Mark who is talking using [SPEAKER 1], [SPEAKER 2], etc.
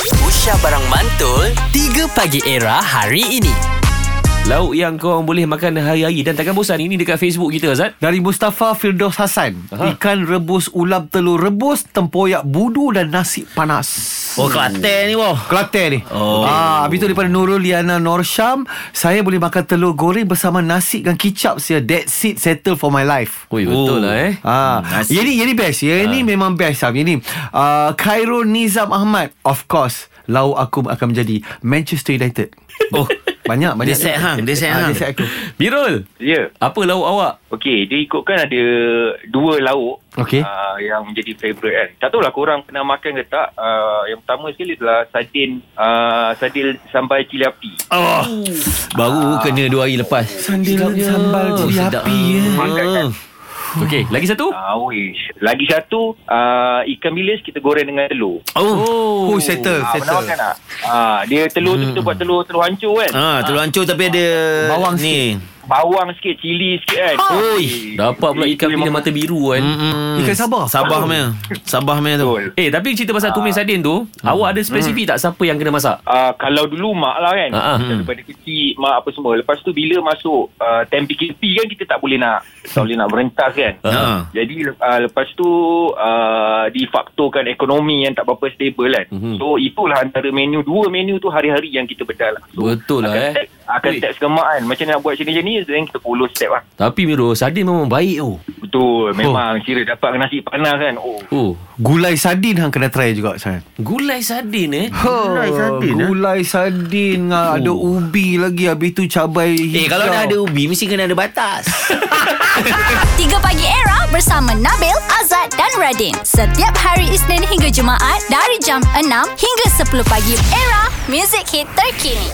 [SPEAKER 1] Aisyah Barang Mantul 3 Pagi Era hari ini
[SPEAKER 2] Lauk yang korang boleh makan hari-hari Dan takkan bosan Ini dekat Facebook kita Azad
[SPEAKER 3] Dari Mustafa Firdaus Hasan
[SPEAKER 2] Aha.
[SPEAKER 3] Ikan rebus ulam telur rebus Tempoyak budu dan nasi panas
[SPEAKER 4] Oh Kelantan ni wah.
[SPEAKER 3] Kelantan ni oh. ah, Habis tu daripada Nurul Liana Norsham Saya boleh makan telur goreng bersama nasi dan kicap saya That's it settle for my life
[SPEAKER 2] Ui betul lah eh
[SPEAKER 3] Ah,
[SPEAKER 4] Hmm, nasi. Ah.
[SPEAKER 3] yang ni yang ni best. Yang ni memang best Sam. Yang ni uh, Khairul Nizam Ahmad. Of course, lau aku akan menjadi Manchester United.
[SPEAKER 2] Oh
[SPEAKER 3] Banyak banyak.
[SPEAKER 4] set hang, dia set
[SPEAKER 3] Ah, Dia
[SPEAKER 4] hang.
[SPEAKER 3] set aku.
[SPEAKER 2] Birul
[SPEAKER 5] Ya.
[SPEAKER 2] Apa lauk awak
[SPEAKER 5] Okey, dia ikutkan ada dua lauk
[SPEAKER 3] Okey.
[SPEAKER 5] uh, yang menjadi favourite kan. Tak tahulah korang pernah makan ke tak. Uh, yang pertama sekali adalah sardin uh, sardin sambal cili api.
[SPEAKER 4] Baru kena dua hari lepas.
[SPEAKER 3] Sandil sambal cili
[SPEAKER 4] sedap.
[SPEAKER 3] api ya.
[SPEAKER 5] Makan kan.
[SPEAKER 2] Oh, Okey Lagi satu
[SPEAKER 5] Ah, wish. Lagi satu, uh, ikan bilis kita goreng dengan telur.
[SPEAKER 3] Oh, settle,
[SPEAKER 5] Ah, pernah
[SPEAKER 3] settle.
[SPEAKER 5] makan tak? Ah, dia telur tu kita buat telur telur hancur kan.
[SPEAKER 4] Ah, telur hancur tapi ada
[SPEAKER 3] Bawang
[SPEAKER 4] ni.
[SPEAKER 5] Bawang sikit, cili sikit kan.
[SPEAKER 4] Oi,
[SPEAKER 2] Dapat pula
[SPEAKER 5] Itu
[SPEAKER 2] ikan bila
[SPEAKER 5] memang
[SPEAKER 2] mata biru kan
[SPEAKER 4] Mm-mm.
[SPEAKER 3] Ikan Hmm. Sabah.
[SPEAKER 4] Sabah punya. Sabah punya tu.
[SPEAKER 5] betul.
[SPEAKER 2] Eh tapi cerita pasal tumis
[SPEAKER 5] Ah.
[SPEAKER 2] sardin tu Awak ada spesifik tak Siapa yang kena masak
[SPEAKER 5] Uh, kalau dulu mak lah kan
[SPEAKER 2] Ah, ah.
[SPEAKER 5] uh-huh. Daripada kecil Mak apa semua Lepas tu bila masuk uh, Time PKP kan Kita tak boleh nak Tak boleh nak merentas kan
[SPEAKER 4] Ah.
[SPEAKER 5] Jadi uh, lepas tu uh, Difaktorkan ekonomi Yang tak berapa stable kan
[SPEAKER 2] Mhm.
[SPEAKER 5] So itulah antara menu Dua menu tu hari-hari Yang kita bedal lah so,
[SPEAKER 2] Betul lah
[SPEAKER 5] akan
[SPEAKER 2] eh
[SPEAKER 5] step, Akan
[SPEAKER 2] Weh.
[SPEAKER 5] step segemak kan Macam nak buat macam ni Then kita follow step lah
[SPEAKER 2] Tapi Birul Sardin memang baik oh
[SPEAKER 5] Betul Memang kira dapat nasi panas kan Oh
[SPEAKER 2] Oh
[SPEAKER 3] Gulai sardin hang kena try juga Sam.
[SPEAKER 2] Gulai sardin eh
[SPEAKER 3] Gulai
[SPEAKER 4] sardin, eh?
[SPEAKER 3] Gulai sardin dengan ada ubi lagi habis tu cabai hijau.
[SPEAKER 4] Eh kalau dah ada ubi mesti kena ada batas.
[SPEAKER 6] 3 Pagi Era bersama Nabil, Azad dan Radin. Setiap hari Isnin hingga Jumaat dari jam 6 hingga 10 pagi. Era, music hit terkini.